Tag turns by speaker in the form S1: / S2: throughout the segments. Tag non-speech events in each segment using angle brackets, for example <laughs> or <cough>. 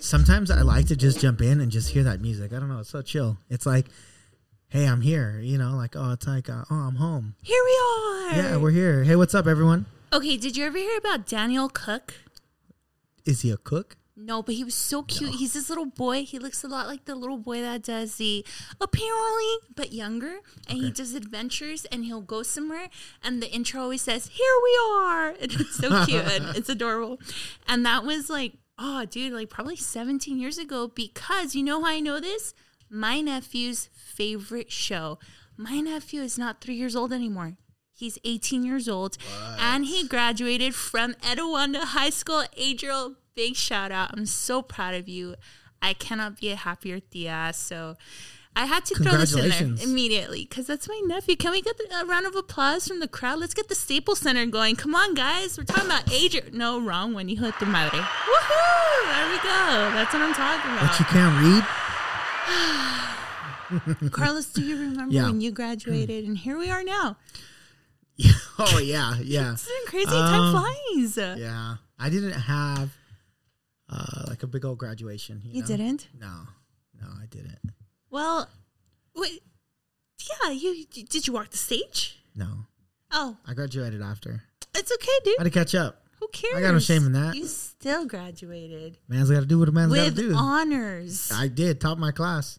S1: sometimes I like to just jump in and just hear that music. I don't know. It's so chill. It's like, hey, I'm here. You know, like, oh, it's like, uh, oh, I'm home.
S2: Here we are.
S1: Yeah, we're here. Hey, what's up, everyone?
S2: okay, did you ever hear about Daniel Cook?
S1: Is he a cook?
S2: No, but he was so cute. He's this little boy. He looks a lot like the little boy that does the apparently, but younger. And he does adventures and he'll go somewhere. And the intro always says, Here we are. <laughs> And it's so cute and
S1: <laughs>
S2: it's adorable. And that was like, oh, dude, like probably 17 years ago because you know how I know this? My nephew's favorite show. My nephew is not three years old anymore. He's 18 years old, and he graduated from Edowanda High School. Adriel, big shout out! I'm so proud of you. I cannot be a happier tia. So, I had to throw this in
S1: Congratulations.
S2: there immediately because that's my nephew. Can we get a round of applause from the crowd? Let's get the Staples Center going. Come on, guys. We're talking about Adriel. No, wrong one. Hijo de tu madre. Woohoo! There we go. That's what I'm talking
S1: But you
S2: about.
S1: can't read?
S2: Ah.
S1: <laughs>
S2: Carlos, do you remember
S1: Yeah.
S2: when you graduated? And here we are now.
S1: oh, yeah, yeah.
S2: Isn't it crazy? Time
S1: Um,
S2: flies.
S1: Yeah. I didn't have uh, like a big old graduation. You,
S2: You
S1: know?
S2: didn't?
S1: No, no, I didn't.
S2: Well, wait, yeah, you you- did you walk the stage?
S1: No,
S2: Oh,
S1: I graduated after.
S2: it's okay, dude.
S1: I had to catch up.
S2: Who cares?
S1: I got no shame in that.
S2: You still graduated
S1: Man's got to do what a man's got to
S2: with
S1: do.
S2: honors.
S1: I did top my class.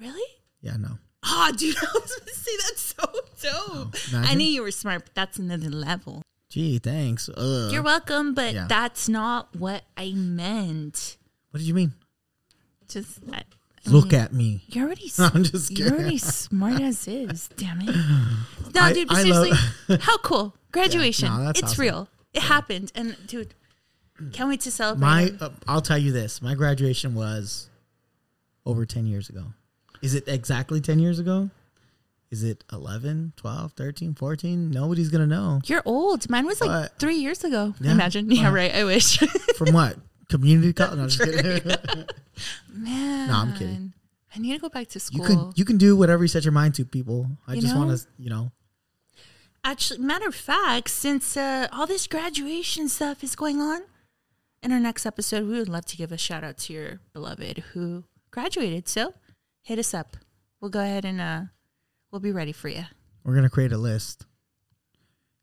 S2: really?
S1: Yeah, no.
S2: Oh, dude, <laughs> I was gonna say that's so dope. I
S1: Oh, imagine.
S2: knew you were smart, but that's another level.
S1: Gee, thanks. Ugh.
S2: You're welcome, but
S1: Uh, Yeah.
S2: that's not what I meant.
S1: what did you mean?
S2: Just that.
S1: Look at me.
S2: You're
S1: <laughs>
S2: already. s-
S1: I'm just
S2: You're
S1: kidding.
S2: already smart as is.
S1: <laughs>
S2: Damn it. No,
S1: I-
S2: dude, but
S1: I love- <laughs>
S2: seriously, how cool. Graduation.
S1: no, that's
S2: it's
S1: awesome.
S2: real. It happened. And, dude, can't wait to celebrate.
S1: My,
S2: it.
S1: uh, I'll tell you this. My graduation was over 10 years ago. Is it exactly 10 years ago? Is it 11, 12, 13, 14? Nobody's going to know.
S2: You're old. Mine was like
S1: What?
S2: three years ago.
S1: Yeah.
S2: Imagine. <laughs> Yeah,
S1: Wow.
S2: right. I wish.
S1: From
S2: <laughs>
S1: what? Community college? No, I'm just kidding.
S2: Man.
S1: I'm kidding.
S2: I need to go back to
S1: you
S2: school.
S1: can you can do whatever you set your mind to, people. I
S2: You
S1: just
S2: know?
S1: want to, you know.
S2: Actually, matter of fact, since uh, all this graduation stuff is going on, in our next episode, we would love to give a shout out to your beloved who graduated. So hit us up. We'll go ahead and uh, we'll be ready for you.
S1: We're gonna create a list,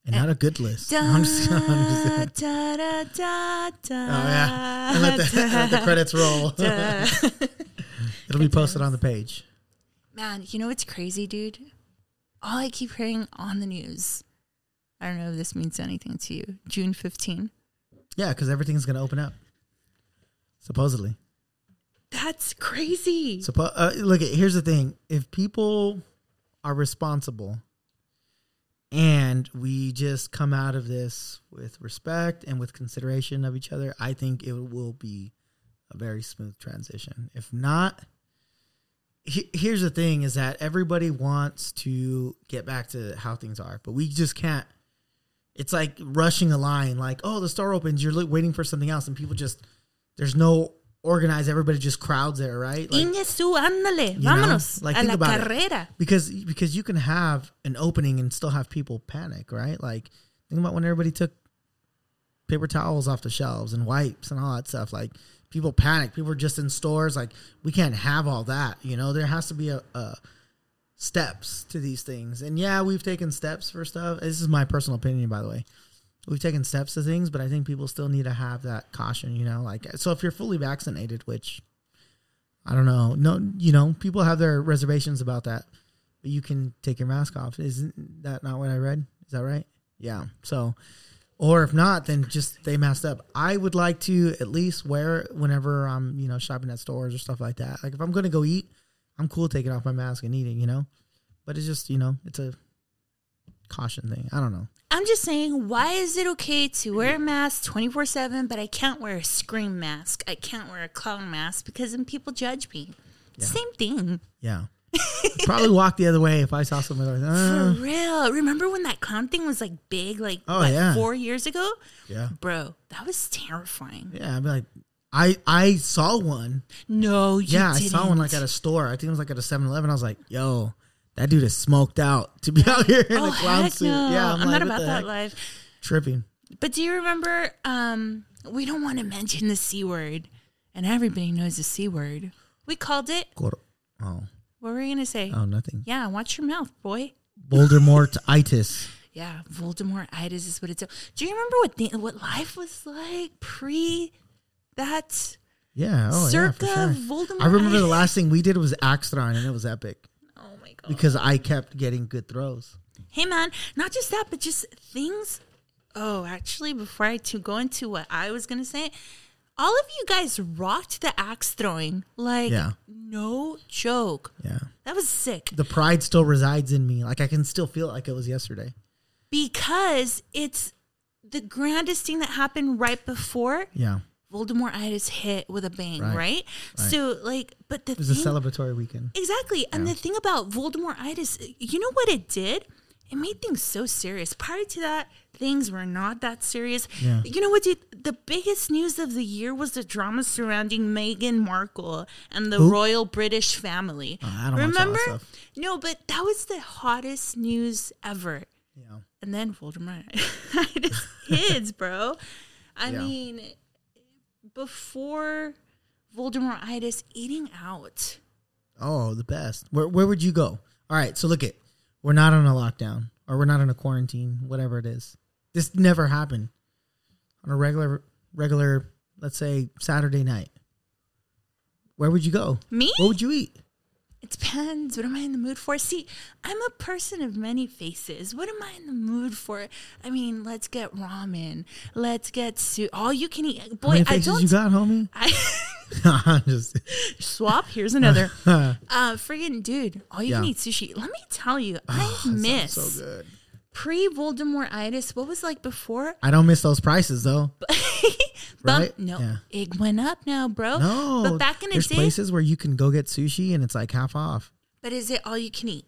S1: and not a good list. <laughs> No, I'm just, I'm just kidding.
S2: Da, da, da,
S1: Oh
S2: da,
S1: yeah, and let the, <laughs> let the
S2: da,
S1: credits roll.
S2: <laughs> da.
S1: <laughs> It'll be posted on the page.
S2: Man, you know what's crazy, dude? All I keep hearing on the news. I don't know if this means anything to you. June 15.
S1: Yeah, because everything's gonna open up. Supposedly,
S2: That's crazy.
S1: Suppo- uh, look. Here's the thing: if people are responsible, and we just come out of this with respect and with consideration of each other, I think it will be a very smooth transition. If not, he- here's the thing: is that everybody wants to get back to how things are, but we just can't. It's like rushing a line, like oh, the store opens, you're li- waiting for something else, and people just there's no organized. Everybody just crowds there, right? Like,
S2: Inge su, ándale,
S1: You know?
S2: vámonos
S1: Like,
S2: a
S1: think
S2: la
S1: about it.
S2: carrera.
S1: because because you can have an opening and still have people panic, right? Like think about when everybody took paper towels off the shelves and wipes and all that stuff. Like people panic. People are just in stores. Like we can't have all that. You know, there has to be a, a steps to these things. And yeah, we've taken steps for stuff. This is my personal opinion, by the way. We've taken steps to things, but I think people still need to have that caution. You know, like so if you're fully vaccinated, which I don't know, no, you know, people have their reservations about that but you can take your mask off. Isn't that not what I read? Is that right? Yeah. So, or if not, then just they masked up. I would like to at least wear it whenever I'm, you know, shopping at stores or stuff like that. Like if I'm going to go eat, I'm cool taking off my mask and eating, you know? But it's just, you know, it's a caution thing. I don't know.
S2: I'm just saying, why is it okay to wear a mask 24 7, but I can't wear a scream mask? I can't wear a clown mask because then people judge me. Same thing.
S1: Yeah. Probably walk the other way if I saw something like
S2: For
S1: that.
S2: <laughs> real. Remember when that clown thing was like big, like
S1: Uh. Oh,
S2: what,
S1: yeah.
S2: four years ago?
S1: yeah.
S2: Bro, that was terrifying.
S1: Yeah. I'd be like, I, I saw one
S2: No, you
S1: Yeah,
S2: didn't.
S1: I saw one like at a store. I think it was like at a 7-Eleven. I was like, "Yo, that dude is smoked out to be <laughs> out here in
S2: oh,
S1: a clown
S2: heck
S1: suit."
S2: No.
S1: Yeah,
S2: I'm,
S1: like,
S2: not
S1: what
S2: about
S1: the
S2: that
S1: heck?
S2: life.
S1: Tripping.
S2: But do you remember? Um, we don't want to mention the c word. and everybody knows the c word. We called it.
S1: Cor- oh,
S2: What were we gonna say?
S1: oh, nothing.
S2: Yeah, watch your mouth, boy.
S1: Voldemortitis.
S2: Yeah, Voldemort itis is what it's. Do you remember what the, what life was like pre that?
S1: Yeah. Oh,
S2: Circa
S1: yeah, for sure.
S2: Voldemort.
S1: I remember the last thing we did was Axtron, and it was epic
S2: Oh my god.
S1: because I kept getting good throws.
S2: Hey man, not just that, but just things. Oh, actually, before I to go into what I was gonna say, all of you guys rocked the axe throwing. Like,
S1: Yeah.
S2: no joke.
S1: Yeah.
S2: That was sick
S1: The pride still resides in me. Like I can still feel it like it was yesterday.
S2: because it's the grandest thing that happened right before
S1: Yeah.
S2: Voldemort itis hit with a bang, right?
S1: Right.
S2: So, like, but the
S1: It was a
S2: thing,
S1: celebratory weekend.
S2: Exactly. And the thing about Voldemort itis, you know what it did? It made things so serious. Prior to that, things were not that serious.
S1: Yeah.
S2: You know what, dude? The biggest news of the year was the drama surrounding Meghan Markle and the royal British family.
S1: Oh, I don't watch all that
S2: Remember?
S1: stuff.
S2: No, but that was the hottest news ever.
S1: Yeah.
S2: And then Voldemort <laughs> itis kids, bro. I
S1: Yeah.
S2: mean, before Voldemort itis, eating out.
S1: Oh, the best. Where where would you go? All right, so look it. We're not on a lockdown or we're not on a quarantine, whatever it is. This never happened. On a regular regular, let's say Saturday night. Where would you go?
S2: Me?
S1: What would you eat?
S2: It depends. What am I in the mood for? See, I'm a person of many faces. What am I in the mood for? I mean, let's get ramen. Let's get su- all you can eat.
S1: How many
S2: Boy, I
S1: faces
S2: don't.
S1: you got, homie?
S2: <laughs>
S1: <laughs>
S2: I
S1: I'm just <laughs>
S2: swap. Here's another.
S1: Huh.
S2: <laughs> Uh, friggin' dude, all you can
S1: Yeah.
S2: eat sushi. Let me tell you,
S1: <sighs>
S2: I
S1: That sounds
S2: miss
S1: so good.
S2: pre Voldemort itis. What was like before?
S1: I don't miss those prices though.
S2: Bump-
S1: Right?
S2: No,
S1: Yeah.
S2: it went up now, bro.
S1: No,
S2: but back in the
S1: there's
S2: day,
S1: places where you can go get sushi and it's like half off.
S2: but is it all you can eat?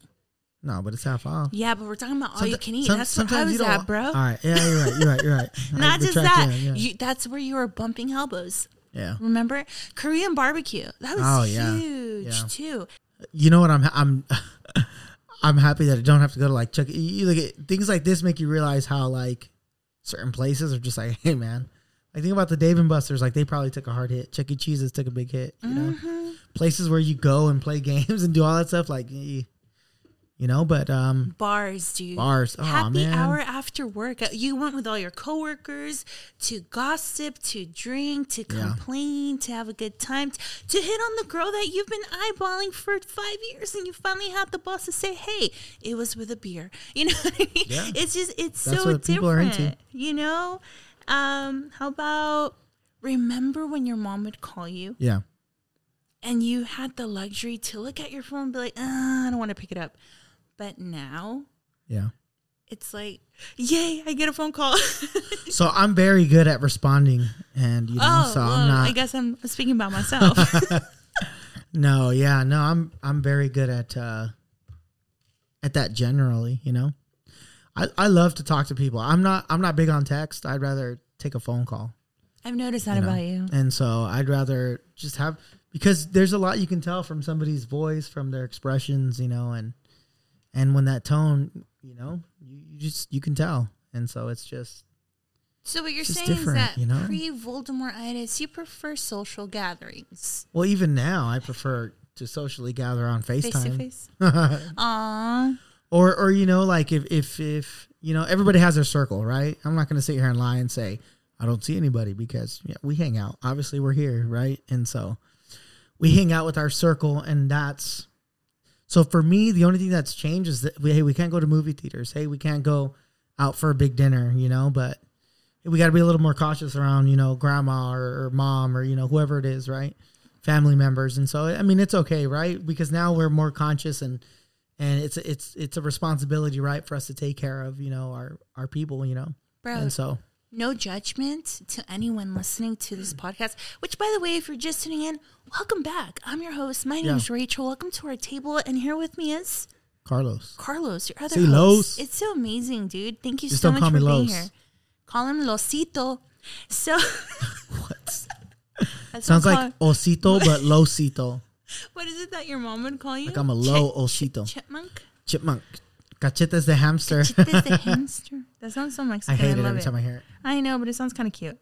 S1: No, but it's half off.
S2: Yeah, but we're talking about all Oh, you
S1: Someti-
S2: can eat.
S1: some-
S2: That's what I
S1: sometimes you
S2: was
S1: don't
S2: at,
S1: wa-
S2: bro.
S1: All right, yeah, you're right, you're right, you're
S2: <laughs>
S1: right. I
S2: Not just
S1: retract,
S2: that.
S1: Yeah, yeah.
S2: You, that's where you were bumping elbows.
S1: yeah.
S2: Remember Korean barbecue? That was
S1: Oh, yeah.
S2: huge
S1: Yeah.
S2: too.
S1: You know what? I'm I'm <laughs> I'm happy that I don't have to go to like Chuck. You, you look at things like this make you realize how like certain places are just like, <laughs> hey man. I think about the Dave and Buster's. Like they probably took a hard hit. Chuck E. Cheese's took a big hit. You know,
S2: Mm-hmm.
S1: places where you go and play <laughs> games and do all that stuff. Like, eh, you know, but um,
S2: Bars, dude.
S1: Bars. Aw,
S2: Happy
S1: man.
S2: hour after work. Uh, You went with all your coworkers to gossip, to drink, to complain, to have a good time, t- to hit on the girl that you've been eyeballing for five years, and you finally had the boss to say, "Hey, it was with a beer." <laughs> You know what I mean?
S1: Yeah.
S2: It's just it's
S1: That's
S2: so
S1: what
S2: different.
S1: people are into.
S2: You know, um, how about remember when your mom would call you?
S1: yeah,
S2: and you had the luxury to look at your phone and be like, ah, I don't want to pick it up. But now
S1: yeah.
S2: it's like, yay, I get a phone call. <laughs>
S1: So I'm very good at responding, and you know,
S2: oh,
S1: so
S2: well,
S1: I'm not.
S2: I guess I'm speaking about myself.
S1: <laughs>
S2: <laughs>
S1: No, yeah, no, I'm I'm very good at uh at that generally, you know. I I love to talk to people. I'm not I'm not big on text. I'd rather take a phone call.
S2: I've noticed that
S1: you know?
S2: about you.
S1: And so I'd rather just have because there's a lot you can tell from somebody's voice, from their expressions, you know, and and when that tone, you know, you, you just you can tell. And so it's just
S2: So what you're
S1: It's just
S2: saying is
S1: different,
S2: that
S1: you know?
S2: pre-Voldemort itis, you prefer social gatherings.
S1: well, even now I prefer to socially gather on
S2: Face to
S1: FaceTime. <laughs>
S2: face. Aw.
S1: or or you know like if if if you know everybody has their circle right i'm not going to sit here and lie and say i don't see anybody because yeah, we hang out obviously we're here right and so we hang out with our circle and that's so for me the only thing that's changed is that we, hey we can't go to movie theaters hey we can't go out for a big dinner you know but we got to be a little more cautious around you know grandma or, or mom or you know whoever it is right family members and so i mean it's okay right because now we're more conscious and and it's it's it's a responsibility right for us to take care of you know our our people you know
S2: Bro,
S1: and so
S2: no judgment to anyone listening to this podcast which by the way if you're just tuning in welcome back i'm your host my name
S1: Yeah.
S2: is rachel welcome to our table and here with me is
S1: carlos
S2: carlos your other
S1: Say Los.
S2: host it's so amazing dude thank you
S1: Just
S2: so
S1: don't
S2: much
S1: call
S2: for
S1: me
S2: being
S1: Los.
S2: here call him losito so
S1: <laughs> what
S2: <laughs> that's
S1: sounds
S2: what I'm
S1: like osito but
S2: <laughs>
S1: lowcito
S2: calling- what is it that your mom would call you
S1: like i'm a low osito
S2: chipmunk
S1: chipmunk cachetes the hamster
S2: Chita the hamster that sounds so
S1: <laughs>
S2: mexican
S1: i hate it
S2: love
S1: every time i hear it
S2: I know but it sounds kind of cute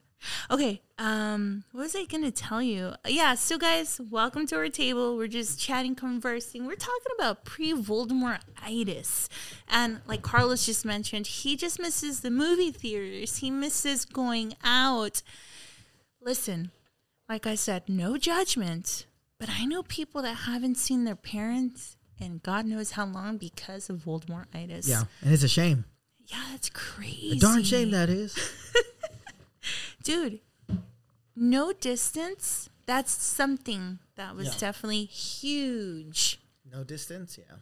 S2: Okay. Um, what was I gonna tell you? Yeah, so guys, welcome to our table. We're just chatting, conversing. We're talking about pre-Voldemort itis. And like Carlos just mentioned, he just misses the movie theaters. He misses going out. Listen, like I said, no judgment, but I know people that haven't seen their parents in God knows how long because of Voldemort itis.
S1: Yeah, and it's a shame.
S2: Yeah, that's crazy.
S1: A darn shame that is.
S2: dude no distance that's something that was
S1: Yeah.
S2: definitely huge
S1: No distance. Yeah.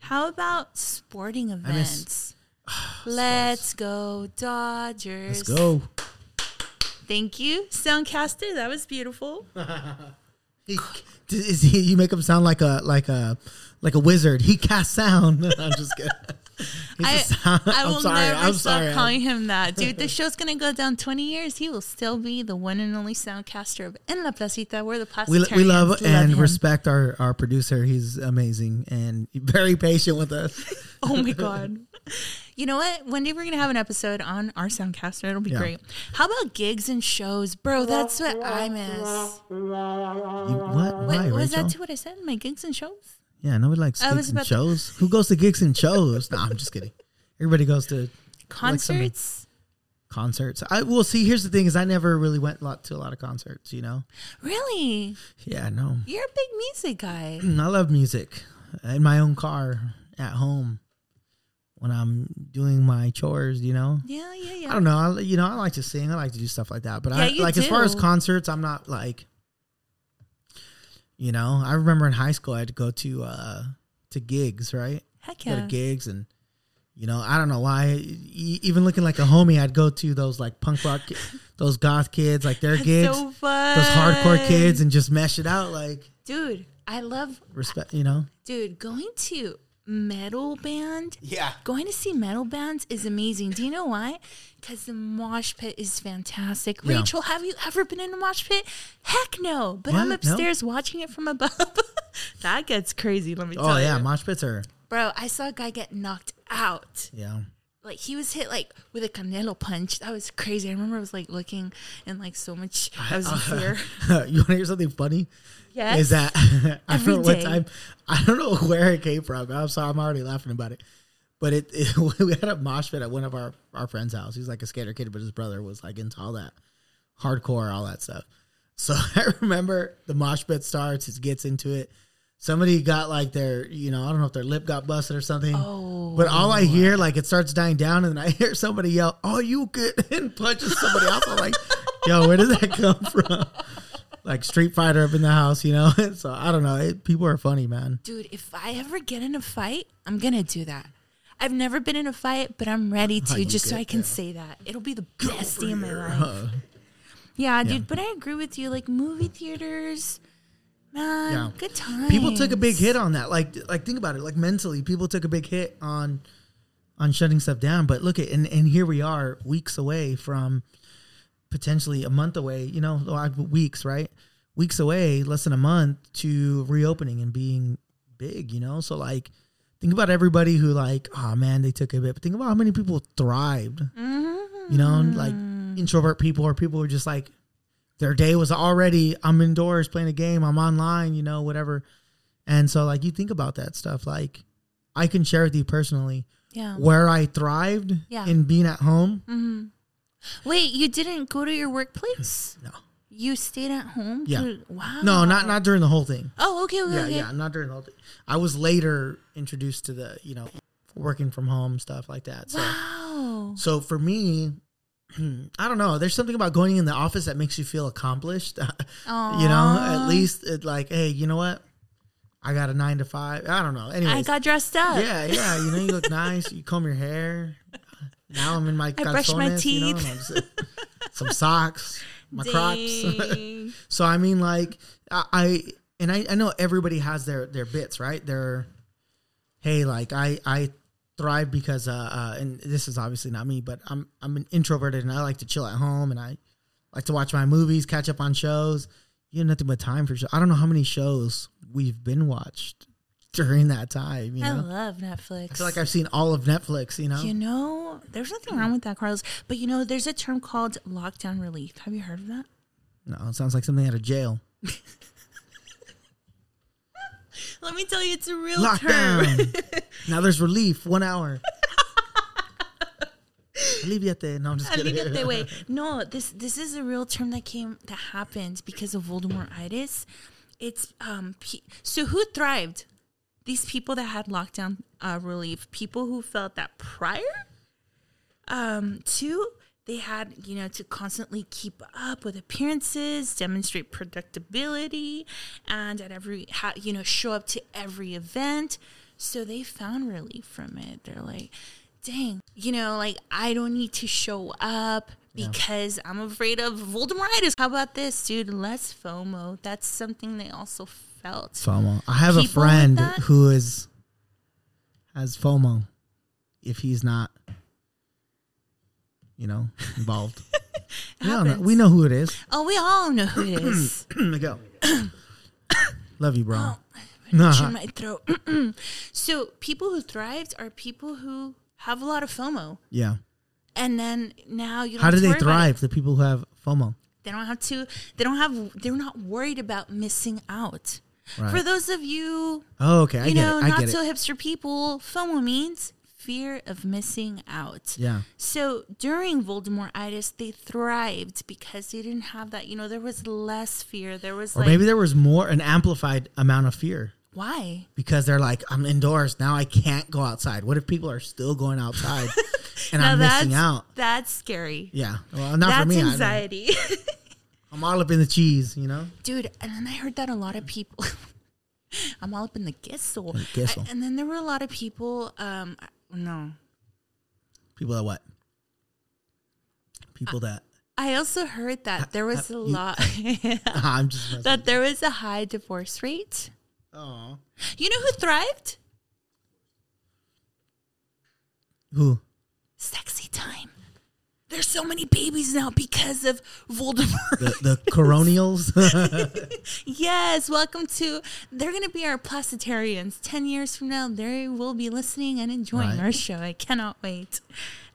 S2: how about sporting events
S1: <sighs> miss-
S2: let's go dodgers
S1: Let's go.
S2: thank you soundcaster that
S1: <laughs>
S2: was beautiful
S1: He, is he, you make him sound like a like a like a wizard. He casts sound. <laughs> I'm just kidding. He's
S2: I,
S1: a sound-
S2: I
S1: I'm
S2: will
S1: sorry.
S2: never
S1: I'm
S2: stop
S1: sorry.
S2: calling him that
S1: <laughs>
S2: dude the show's gonna go down 20 years he will still be the one and only soundcaster of en la placita where the
S1: we,
S2: plastic
S1: we love and
S2: him.
S1: respect our, our producer. He's amazing and very patient with us.
S2: <laughs> Oh my god. You know what? One day we're gonna have an episode on our soundcaster. It'll be
S1: Yeah.
S2: great. How about gigs and shows, bro? That's what I miss.
S1: You, what? Why,
S2: What, was
S1: Rachel?
S2: that too what I said? My gigs and shows?
S1: yeah, nobody likes
S2: I was
S1: gigs and
S2: about to-
S1: shows. Who goes to gigs and shows? no, I'm just kidding. Everybody goes to something.
S2: Concerts?
S1: concerts. I will see. Here's the thing: is I never really went a lot to a lot of concerts. You know?
S2: really?
S1: Yeah, no.
S2: You're a big music guy.
S1: I love music in my own car at home when I'm doing my chores. You know,
S2: Yeah, yeah,
S1: I
S2: yeah.
S1: don't know. I, you know, I like to sing. I like to do stuff like that. But I
S2: Yeah, you
S1: like as far as
S2: do.
S1: concerts, I'm not like, you know. I remember in high school, I had to go to uh to gigs, right?
S2: Heck
S1: Go
S2: yeah.
S1: to gigs and. You know, I don't know why. E- even looking like a homie, I'd go to those like punk rock, <laughs> ki- those goth kids, like their gigs,
S2: So fun.
S1: those hardcore kids, and just mesh it out. Like
S2: Dude, I love
S1: respect, you know.
S2: dude, going to metal band
S1: Yeah.
S2: Going to see metal bands is amazing. Do you know why? Because the mosh pit is fantastic.
S1: Yeah.
S2: Rachel, have you ever been in a mosh pit? Heck no. But I'm
S1: What? No?
S2: upstairs watching it from above. <laughs> that gets crazy, let me tell
S1: Oh yeah,
S2: you.
S1: mosh pits are
S2: Bro, I saw a guy get knocked out.
S1: yeah. <laughs>
S2: Like he was hit like with a canelo punch. That was crazy. I remember I was like looking and like so much
S1: <laughs>
S2: I was in fear.
S1: you want to hear something funny?
S2: Yes.
S1: Is that <laughs> I
S2: Every
S1: don't know what
S2: day.
S1: time I don't know <laughs> where it came from. I'm sorry, I'm already laughing about it. But it, it <laughs> we had a mosh pit at one of our our friend's house. He's like a skater kid, but his brother was like into all that hardcore, all that stuff. <laughs> So I remember the mosh pit starts. It gets into it. Somebody got like their, you know, I don't know if their lip got busted or something.
S2: Oh.
S1: But all I hear, like, it starts dying down, and then I <laughs> hear somebody yell, "Oh, you good!" <laughs> and punches somebody else. I'm like, "Yo, where did that come from?" Like Street Fighter up in the house, you know. <laughs> so I don't know. It, people are funny, man.
S2: Dude, if I ever get in a fight, I'm gonna do that. I've never been in a fight, but I'm ready
S1: <laughs>
S2: to
S1: you
S2: just so
S1: get
S2: I can say that. It'll be the best day of
S1: <laughs>
S2: my life.
S1: Uh,
S2: Yeah, dude, but I agree with you. Like movie theaters, man,
S1: Yeah.
S2: good time.
S1: people took a big hit on that. Like, like think about it. Like mentally, people took a big hit on on shutting stuff down. But look at and and here we are, weeks away from potentially a month away. You know, like weeks, right? Weeks away, less than a month to reopening and being big. You know, so like. Think about everybody who like, oh man, they took a bit. But think about how many people thrived.
S2: Mm-hmm.
S1: You know, and, like
S2: Hmm.
S1: introvert people or people who are just like, their day was already I'm indoors playing a game, I'm online, you know, whatever. And so like you think about that stuff, like I can share with you personally
S2: Yeah.
S1: where I thrived
S2: Uh-huh. Yeah. Mm.
S1: in being at home.
S2: Wait, you didn't go to your workplace?
S1: No.
S2: You stayed at home?
S1: Yeah.
S2: Dude, wow.
S1: No, not not during the whole thing.
S2: Oh, okay, okay,
S1: Yeah,
S2: okay.
S1: yeah, not during the whole thing. I was later introduced to the, you know, working from home stuff like that. So
S2: Wow.
S1: so for me, <clears throat> I don't know. There's something about going in the office that makes you feel accomplished. <laughs> you know, at
S2: Aw.
S1: least it like, hey, you know what? I got a nine to five. I don't know. Anyways,
S2: I got dressed up.
S1: Yeah, yeah. You know, you look nice. You comb your hair. Now I'm in my
S2: I brushed
S1: calzones, You
S2: my
S1: know,
S2: teeth.
S1: and I'm just- some socks,
S2: <laughs>
S1: my <laughs> Crocs.
S2: Dang.
S1: so I mean, like I, I and I, I know everybody has their their bits, right? Their hey, like I I thrive because uh, uh and this is obviously not me, but I'm I'm an introverted and I like to chill at home and I like to watch my movies, catch up on shows. You have nothing but time for show. I don't know how many shows we've been watched during that time. You
S2: I
S1: know,
S2: love Netflix.
S1: I feel like I've seen all of Netflix. You know,
S2: Oh. you know, there's nothing wrong with that, Carlos. But you know, there's a term called lockdown relief. Have you heard of that?
S1: no, it sounds like something out of jail.
S2: Let me tell you, it's a real term. <laughs>
S1: Lockdown. now there's relief. One hour. Aliviate. No, I'm just
S2: I
S1: kidding.
S2: mean it that <laughs> way. No, this this is a real term that came that happened because of Voldemortitis. It's um pe- so who thrived? These people that had lockdown uh, relief, people who felt that prior um to they had you know to constantly keep up with appearances, demonstrate productability, and at every ha- you know show up to every event. So they found relief from it. They're like, dang, you know, like I don't need to show up because I'm afraid of Voldemortitis. How about this, dude? Less FOMO. That's something they also felt.
S1: FOMO. I have a
S2: People with
S1: friend
S2: that?
S1: who is has FOMO if he's not, you know, involved.
S2: <laughs>
S1: we, all know,
S2: happens.
S1: we know who it
S2: <coughs>
S1: is.
S2: Oh, we all know who it is.
S1: Go. Love you, <laughs>
S2: Oh,
S1: bro. Uh-huh.
S2: Itch in my throat. <clears throat> so people who thrived are people who have a lot of FOMO.
S1: Yeah.
S2: And then now you don't
S1: How
S2: have
S1: do
S2: to
S1: they
S2: worry about it.
S1: thrive? The people who have FOMO.
S2: They don't have to. They don't have. They're not worried about missing out.
S1: Right.
S2: For those of you,
S1: Oh, okay. I
S2: you
S1: get
S2: know,
S1: it. I
S2: not
S1: get
S2: so
S1: it.
S2: hipster people, FOMO means fear of missing out.
S1: Yeah.
S2: So during Voldemortitis, they thrived because they didn't have that. You know, there was less fear. There was
S1: Or
S2: like,
S1: maybe there was more an amplified amount of fear
S2: why?
S1: because they're like, I'm indoors now. I can't go outside. What if people are still going
S2: <laughs>
S1: outside and I'm
S2: that's
S1: missing out?
S2: that's scary.
S1: Yeah. Well, not
S2: that's
S1: for me. I don't-
S2: anxiety. <laughs>
S1: I'm all up in the cheese, you know?
S2: dude. And then I heard that a lot of people. <laughs> I'm all up in the gissel.
S1: gissel.
S2: I- and then there were a lot of people. Um, I- no,
S1: People that what? People that. <laughs>
S2: I also heard that there was a <laughs> lot.
S1: I'm just.
S2: that there was a high divorce rate.
S1: Oh.
S2: You know who thrived?
S1: Who?
S2: Sexy time. There's so many babies now because of Voldemort. <laughs>
S1: The, the coronials? <laughs>
S2: Yes, welcome to. They're going to be our placitarians. 10 years from now, they will be listening and enjoying
S1: Right.
S2: our show. I cannot wait.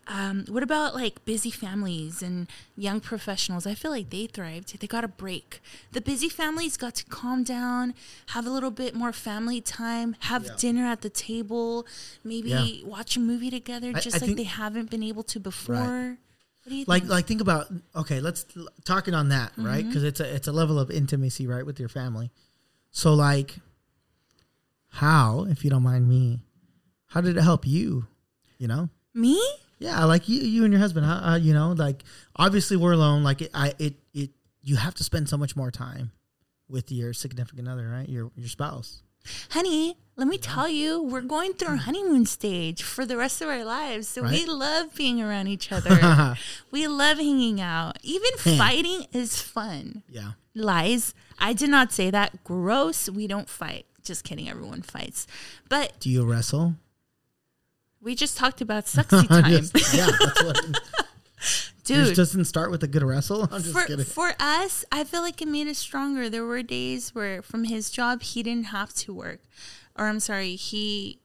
S2: Um, what about like busy families and young professionals? I feel like they thrived. They got a break. The busy families got to calm down, have a little bit more family time, have dinner at the table, maybe
S1: Yeah.
S2: watch a movie together,
S1: I-
S2: just
S1: I
S2: like
S1: think-
S2: they haven't been able to before. What do you
S1: like
S2: think?
S1: like think about okay let's talking on that right
S2: Mm-hmm.
S1: because it's a it's a level of intimacy right with your family so like how if you don't mind me how did it help you you know
S2: Me?
S1: yeah like you you and your husband how, how you know like obviously we're alone like it, i it it you have to spend so much more time with your significant other right your your spouse
S2: honey, let me tell you, we're going through our honeymoon stage for the rest of our lives. So we
S1: Right.
S2: love being around each other. we love hanging out. Even fighting is fun.
S1: <laughs> yeah
S2: Lies. I did not say that. Gross. We don't fight. Just kidding. Everyone fights. But
S1: do you wrestle
S2: we just talked
S1: <laughs>
S2: about sexy time. <laughs>
S1: Just- yeah that's what it
S2: Dude.
S1: doesn't start with a good wrestle i'm just
S2: for,
S1: kidding
S2: for us, I feel like it made us stronger. There were days where, from his job, he didn't have to work. Or, I'm sorry, he,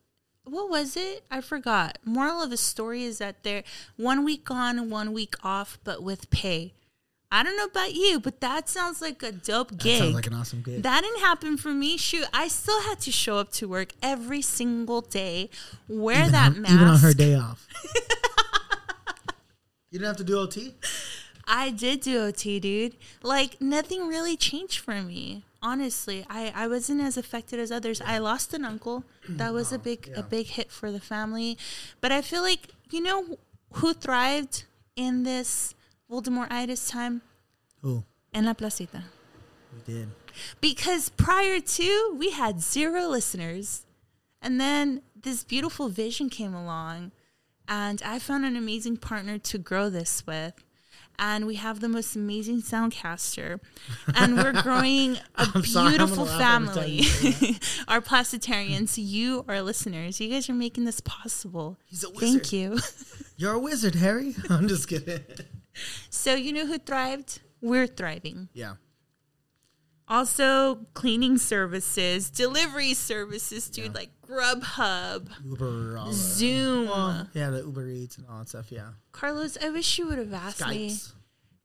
S2: what was it? I forgot. Moral of the story is that they're one week on, one week off, but with pay. I don't know about you, but that sounds like a dope gig.
S1: sounds like an awesome gig
S2: That didn't happen for me. Shoot, I still had to show up to work every single day, wear that
S1: on-
S2: mask.
S1: even on her day
S2: <laughs>
S1: off. you didn't have to do OT.
S2: I did do OT, dude. Like nothing really changed for me. Honestly, I, I wasn't as affected as others. I lost an uncle. That was a big a big hit for the family. But I feel like you know who thrived in this Voldemortitis time?
S1: Oh,
S2: En la placita.
S1: we did.
S2: Because prior to we had zero listeners. And then this beautiful vision came along and I found an amazing partner to grow this with. And we have the most amazing soundcaster, and we're
S1: <laughs>
S2: growing a
S1: I'm sorry, I'm gonna
S2: beautiful
S1: laugh every time
S2: family.
S1: you
S2: <laughs> our placitarians, you, our listeners, you guys are making this possible.
S1: He's a wizard.
S2: Thank you. <laughs>
S1: You're a wizard, Harry. <laughs> I'm just kidding.
S2: So you know who thrived? We're thriving.
S1: yeah.
S2: Also, cleaning services, delivery services, dude, like Grubhub,
S1: Uber,
S2: <laughs>
S1: all that.
S2: Zoom.
S1: Well, yeah, the Uber Eats and all that stuff. Yeah,
S2: Carlos, I wish you would have asked me.
S1: Skypes.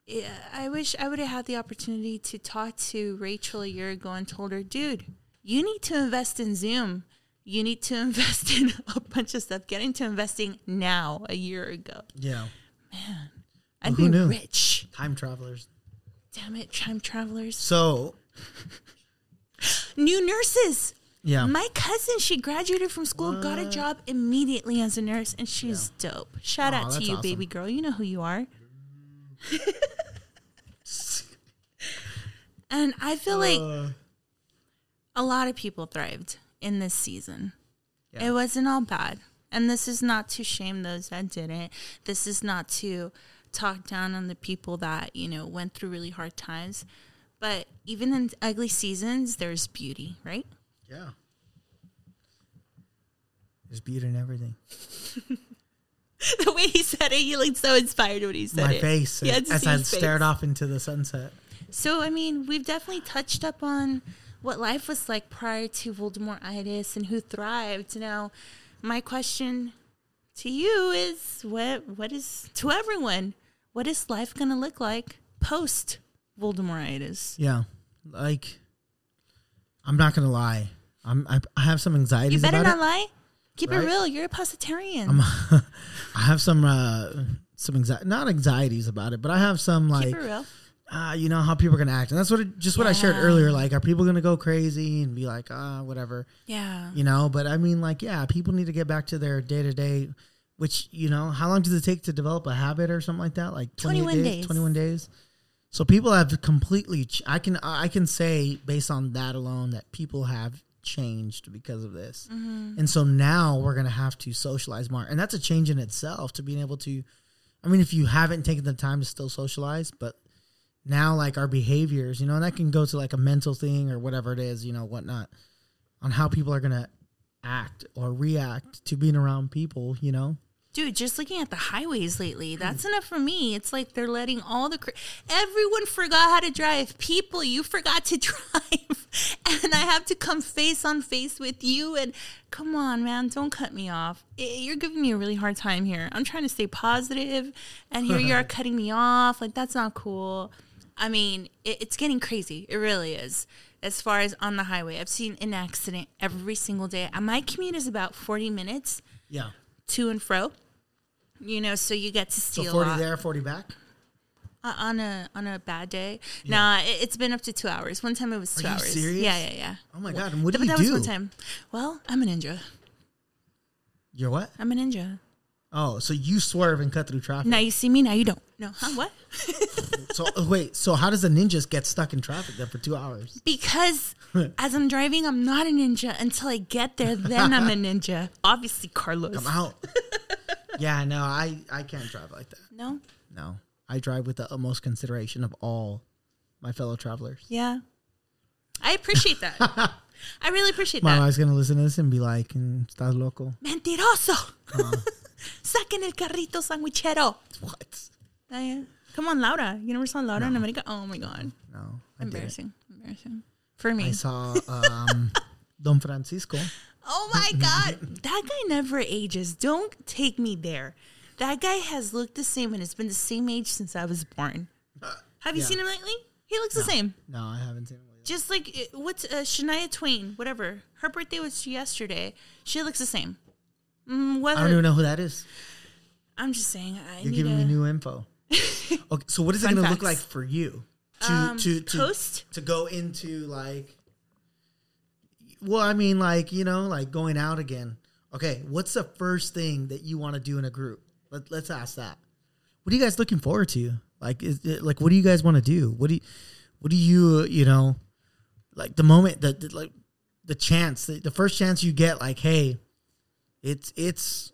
S2: Yeah, I wish I would have had the opportunity to talk to Rachel a year ago and told her, dude, you need to invest in Zoom. You need to <laughs> invest in a bunch of stuff. Get into investing now, a year ago.
S1: Yeah,
S2: I'd
S1: who
S2: be
S1: knew?
S2: rich.
S1: time travelers.
S2: Damn it, time travelers.
S1: So
S2: New nurses.
S1: yeah,
S2: My cousin, she graduated from school, got a job immediately as a nurse, and she's dope. Shout
S1: Aw,
S2: out to
S1: that's
S2: you,
S1: awesome.
S2: baby girl. You know who you are. <laughs> and I feel like
S1: Uh,
S2: a lot of people thrived in this season.
S1: Yeah.
S2: It wasn't all bad. And this is not to shame those that didn't. This is not to talk down on the people that, you know, went through really hard times. But even in ugly seasons, there's beauty, right?
S1: yeah. There's beauty in everything.
S2: <laughs> the way he said it, you looked so inspired when he said
S1: My
S2: it.
S1: face
S2: Yeah,
S1: as,
S2: to
S1: as
S2: see
S1: I
S2: his face.
S1: stared off into the sunset.
S2: So I mean, we've definitely touched up on what life was like prior to Voldemortitis and who thrived. Now, my question to you is what what is to everyone, what is life gonna look like post Voldemortitis?
S1: Yeah, like I'm not gonna lie. I'm I, I have some anxieties.
S2: You better
S1: about it.
S2: not lie. Keep it
S1: right?
S2: real. You're a pescatarian.
S1: <laughs> I have some uh some anxiety, not anxieties about it, but I have some
S2: Keep
S1: like
S2: it real.
S1: ah, you know how people are gonna act, and that's what it, just what I shared
S2: Yeah.
S1: earlier. Like, are people gonna go crazy and be like ah whatever,
S2: Yeah.
S1: you know? But I mean, like, yeah, people need to get back to their day to day. Which you know, how long does it take to develop a habit or something like that? Like 28
S2: 21
S1: days,
S2: days.
S1: twenty-one days. So people have completely. Ch- I can I can say based on that alone that people have changed because of this, and so now we're gonna have to socialize more, and that's a change in itself to being able to. I mean, if you haven't taken the time to still socialize, but now like our behaviors, you know, and that can go to like a mental thing or whatever it is, you know, whatnot, on how people are gonna act or react to being around people, you know.
S2: Dude, just looking at the highways lately, that's enough for me. It's like they're letting all the cra- everyone forgot how to drive. People, you forgot to <laughs> drive, and I have to come face on face with you. And come on, man, don't cut me off. I- You're giving me a really hard time here. I'm trying to stay positive, and here you are cutting me off. Like that's not cool. I mean, it, it's getting crazy. It really is. As far as on the highway, I've seen an accident every single day. And My commute is about 40 minutes
S1: Yeah.
S2: to and fro. You know, so you get to
S1: So
S2: see a
S1: forty
S2: lot
S1: there, forty back.
S2: Uh, on a on a bad day. Nah, it, it's been up to two hours. One time it was two
S1: you
S2: hours.
S1: serious?
S2: Yeah, yeah, yeah.
S1: Oh my god! And what do
S2: But
S1: you
S2: that
S1: do?
S2: was one time. Well, I'm a ninja.
S1: You're what?
S2: I'm a ninja.
S1: Oh, so you swerve and cut through traffic.
S2: Now you see me. Now you don't. No, huh? What?
S1: So uh, wait, so how does a ninjas get stuck in traffic then for two hours? <laughs>
S2: Because as I'm driving, I'm not a ninja until I get there. Then I'm a
S1: <laughs>
S2: ninja. Obviously, Carlos.
S1: I'm
S2: <laughs>
S1: out. yeah, no, I I can't drive like that.
S2: No.
S1: No, I drive with the utmost consideration of all my fellow travelers.
S2: Yeah. I appreciate
S1: <laughs>
S2: that. I really appreciate
S1: My
S2: that.
S1: wife's gonna listen to this and be like, mm, "Estás loco." <laughs>
S2: Mentiroso. <laughs> Saquen el carrito sandwichero.
S1: What?
S2: Oh, yeah. Come on, Laura. You never saw Laura in America? Oh my god.
S1: No, I didn't.
S2: Embarrassing. Embarrassing. For me.
S1: I saw
S2: <laughs>
S1: um, Don Francisco.
S2: Oh my god. that guy never ages. Don't take me there. That guy has looked the same and has been the same age since I was born. Have you
S1: Yeah.
S2: seen him lately? He looks the same.
S1: No, I haven't seen it.
S2: Just like uh, what's uh, Shania Twain, whatever. Her birthday was yesterday. She looks the same. Mm,
S1: I don't
S2: whether
S1: even know who that is.
S2: I'm just saying, I
S1: You're
S2: need
S1: giving
S2: a
S1: me new
S2: <laughs>
S1: info. Okay, so what is it
S2: Fun
S1: going to look
S2: facts. Um,
S1: like for you to to to
S2: post?
S1: to go into like? Well, I mean, like you know, like going out again. Okay, what's the first thing that you want to do in a group? Let, let's ask that. What are you guys looking forward to? Like, is it, like what do you guys want to do? What do you, what do you uh, you know, like the moment that that, like the chance the, the first chance you get like hey, it's it's.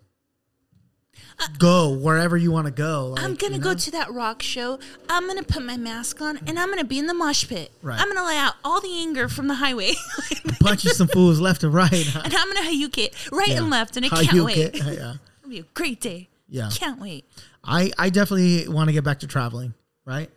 S1: Go wherever you want to go. Like,
S2: Uh, I'm gonna
S1: you
S2: go
S1: know?
S2: to that rock show. I'm gonna put my mask on, and I'm gonna be in the mosh pit.
S1: Right.
S2: I'm gonna let out all the anger from the highway, <laughs> and
S1: punch you some fools left
S2: <laughs>
S1: and right.
S2: I'm gonna hayuke it right and left, and I
S1: How
S2: can't
S1: you
S2: wait.
S1: get- yeah.
S2: It'll be a great day.
S1: Yeah.
S2: Can't wait.
S1: I, I definitely want to get back to traveling, right?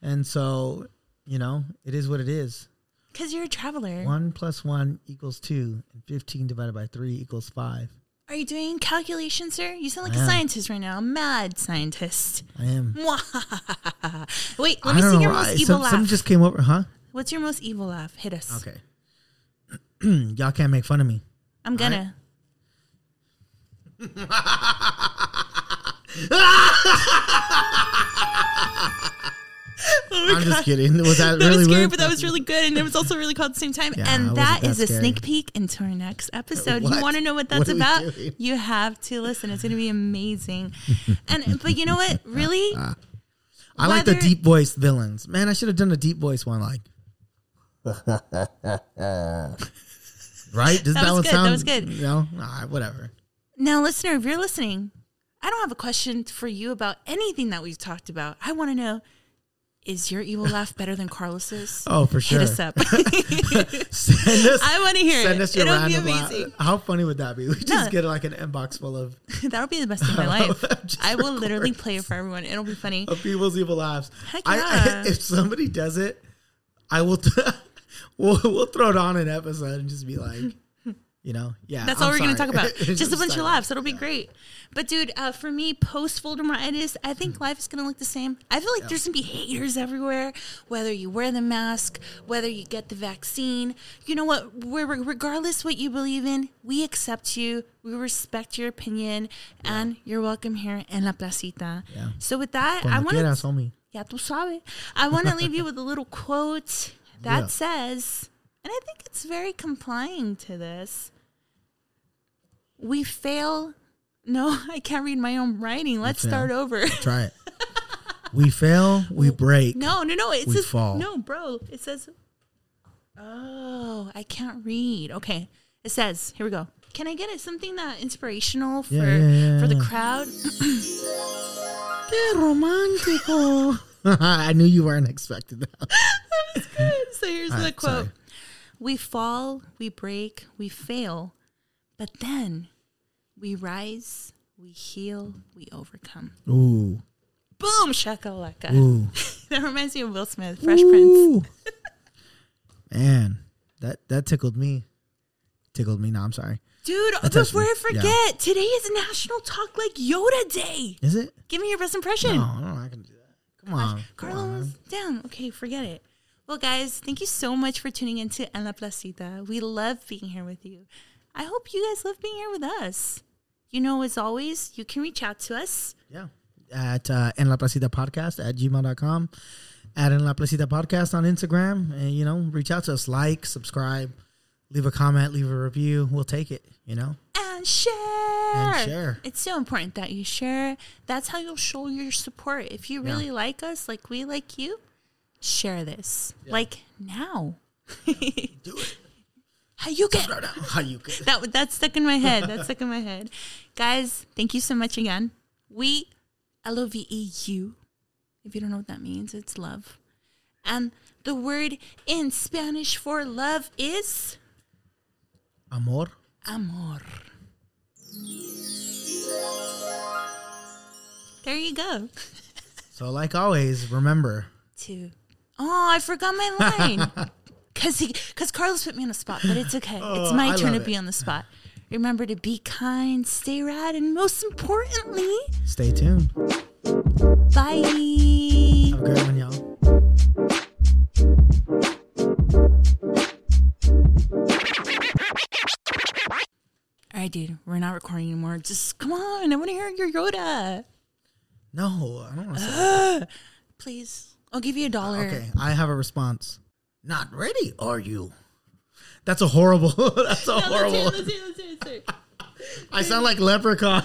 S1: And so, you know, it is what it is.
S2: Because you're a traveler.
S1: One plus one equals two, and fifteen divided by three equals five.
S2: Are you doing calculations, sir? You sound like
S1: I
S2: a
S1: am.
S2: scientist right now, a mad scientist. <laughs>
S1: I am.
S2: Mwah. Wait, let
S1: I
S2: me
S1: don't
S2: see
S1: know
S2: your
S1: why.
S2: most evil
S1: Some,
S2: laugh.
S1: some just came over, huh?
S2: What's your most evil laugh? Hit us.
S1: Okay. <clears throat> Y'all can't make fun of
S2: <laughs>
S1: me.
S2: I'm gonna. oh my
S1: I'm
S2: God.
S1: just kidding. Was that,
S2: <laughs> That
S1: really
S2: was scary,
S1: weird?
S2: but that was really good, and it was also really cool at the same time.
S1: Yeah, it
S2: and
S1: wasn't
S2: that
S1: that
S2: is a
S1: scary.
S2: sneak peek into our next episode.
S1: What?
S2: You want to know what
S1: What
S2: that's
S1: are we
S2: about?
S1: doing?
S2: You have to listen. It's going to
S1: <laughs>
S2: be amazing. and but you know what? Really,
S1: Ah. I like the
S2: whether-
S1: deep voice villains. Man, I should have done a deep voice one. Like, right? Does that, one
S2: That was good, that
S1: sound?
S2: was good.
S1: You know, all right, whatever.
S2: now listener, if you're listening, I don't have a question for you about anything that we've talked about. I want to know: Is your evil laugh better than Carlos's?
S1: Oh, for sure.
S2: Hit us up. <laughs>
S1: Send us.
S2: I want to hear
S1: Send
S2: it.
S1: us your
S2: It'll be
S1: random la-
S2: amazing.
S1: How funny would that be? We just
S2: No.
S1: get like an inbox full of,
S2: That'll be the best
S1: <laughs>
S2: day of my life.
S1: Just Oh,
S2: I will literally play it for everyone. It'll be funny.
S1: of people's evil laughs.
S2: Heck
S1: I,
S2: yeah.
S1: I, if somebody does it, I will. T- <laughs> we'll, we'll throw it on an episode and just be like, you know, yeah.
S2: That's
S1: I'm
S2: all we're going to
S1: sorry.
S2: talk
S1: <laughs>
S2: about.
S1: And
S2: Just a bunch of
S1: silence.
S2: laughs. It'll be great. But dude, uh, for me, post Voldemortitis, I think life is going to look the same. I feel like there's going to be haters everywhere. Whether you wear the mask, whether you get the vaccine, you know what? We're, we're- regardless what you believe in, we accept you. We respect your opinion, and you're welcome here in La Placita.
S1: Yeah.
S2: So with that, I
S1: Cuando
S2: want to
S1: quieras, homie.
S2: Ya tú sabes. I want to leave you with a little quote that
S1: Yeah.
S2: says, and I think it's very complying to this. We fail. No, <laughs> I can't read my own writing. Let's
S1: fail.
S2: start over. <laughs>
S1: Try it. We fail, we break.
S2: No, no, no. It
S1: We
S2: says
S1: fall.
S2: no, bro. It says. Oh, I can't read. Okay, it says here we go. Can I get it? Something that inspirational for
S1: Yeah, yeah, yeah,
S2: for the
S1: yeah.
S2: crowd.
S1: Qué romántico. <laughs> I knew you weren't expecting that.
S2: <laughs> So here's the
S1: right,
S2: quote.
S1: sorry.
S2: We fall, we break, we fail, but then we rise, we heal, we overcome.
S1: Ooh.
S2: Boom, shakalaka.
S1: Ooh.
S2: <laughs> That reminds me of Will Smith, Fresh Prince.
S1: Ooh. <laughs> Man, that that tickled me. Tickled me. No, I'm sorry.
S2: Dude,
S1: touched
S2: before
S1: me.
S2: I
S1: Yeah.
S2: forget, today is National Talk Like Yoda Day.
S1: Is it?
S2: Give me your best impression.
S1: No, no, I can do that. Come
S2: Uh,
S1: on. Come on.
S2: Carlos, damn. Okay, forget it. Well, guys, thank you so much for tuning in to En La Placita. We love being here with you. I hope you guys love being here with us. You know, as always, you can reach out to us.
S1: Yeah. At uh, En La Placita Podcast at gmail.com. At En La Placita Podcast on Instagram. And, you know, reach out to us. Like, subscribe, leave a comment, leave a review. We'll take it, you know?
S2: and share.
S1: share.
S2: It's so important that you share. That's how you'll show your support. If you really like us, like we like you, share this. Like now. Do it. <laughs> How you get
S1: I don't know <laughs> how you could.
S2: that that's stuck in my head. That's stuck in my head. Guys, thank you so much again. We L O V E U. If you don't know what that means, it's love. And the word in Spanish for love is
S1: Amor.
S2: amor. There you go.
S1: So, like always, remember.
S2: Two. Oh, I forgot my line.
S1: <laughs>
S2: Cause he, cause Carlos put me on the spot, but it's okay. it's
S1: Oh,
S2: my
S1: I
S2: turn to
S1: love
S2: be
S1: it.
S2: on the spot. Remember to be kind, stay rad, and most importantly,
S1: Stay tuned.
S2: bye.
S1: Have a great one, y'all.
S2: All right, dude, we're not recording anymore. Just come on, I want to hear your Yoda.
S1: No, I don't want to say.
S2: Please, I'll give you a dollar.
S1: Okay, I have a response. Not ready, are you? That's a horrible. <laughs> that's a
S2: No, <laughs> let's hear it,
S1: horrible.
S2: let's hear it, let's hear it, let's hear it.
S1: I sound like leprechaun.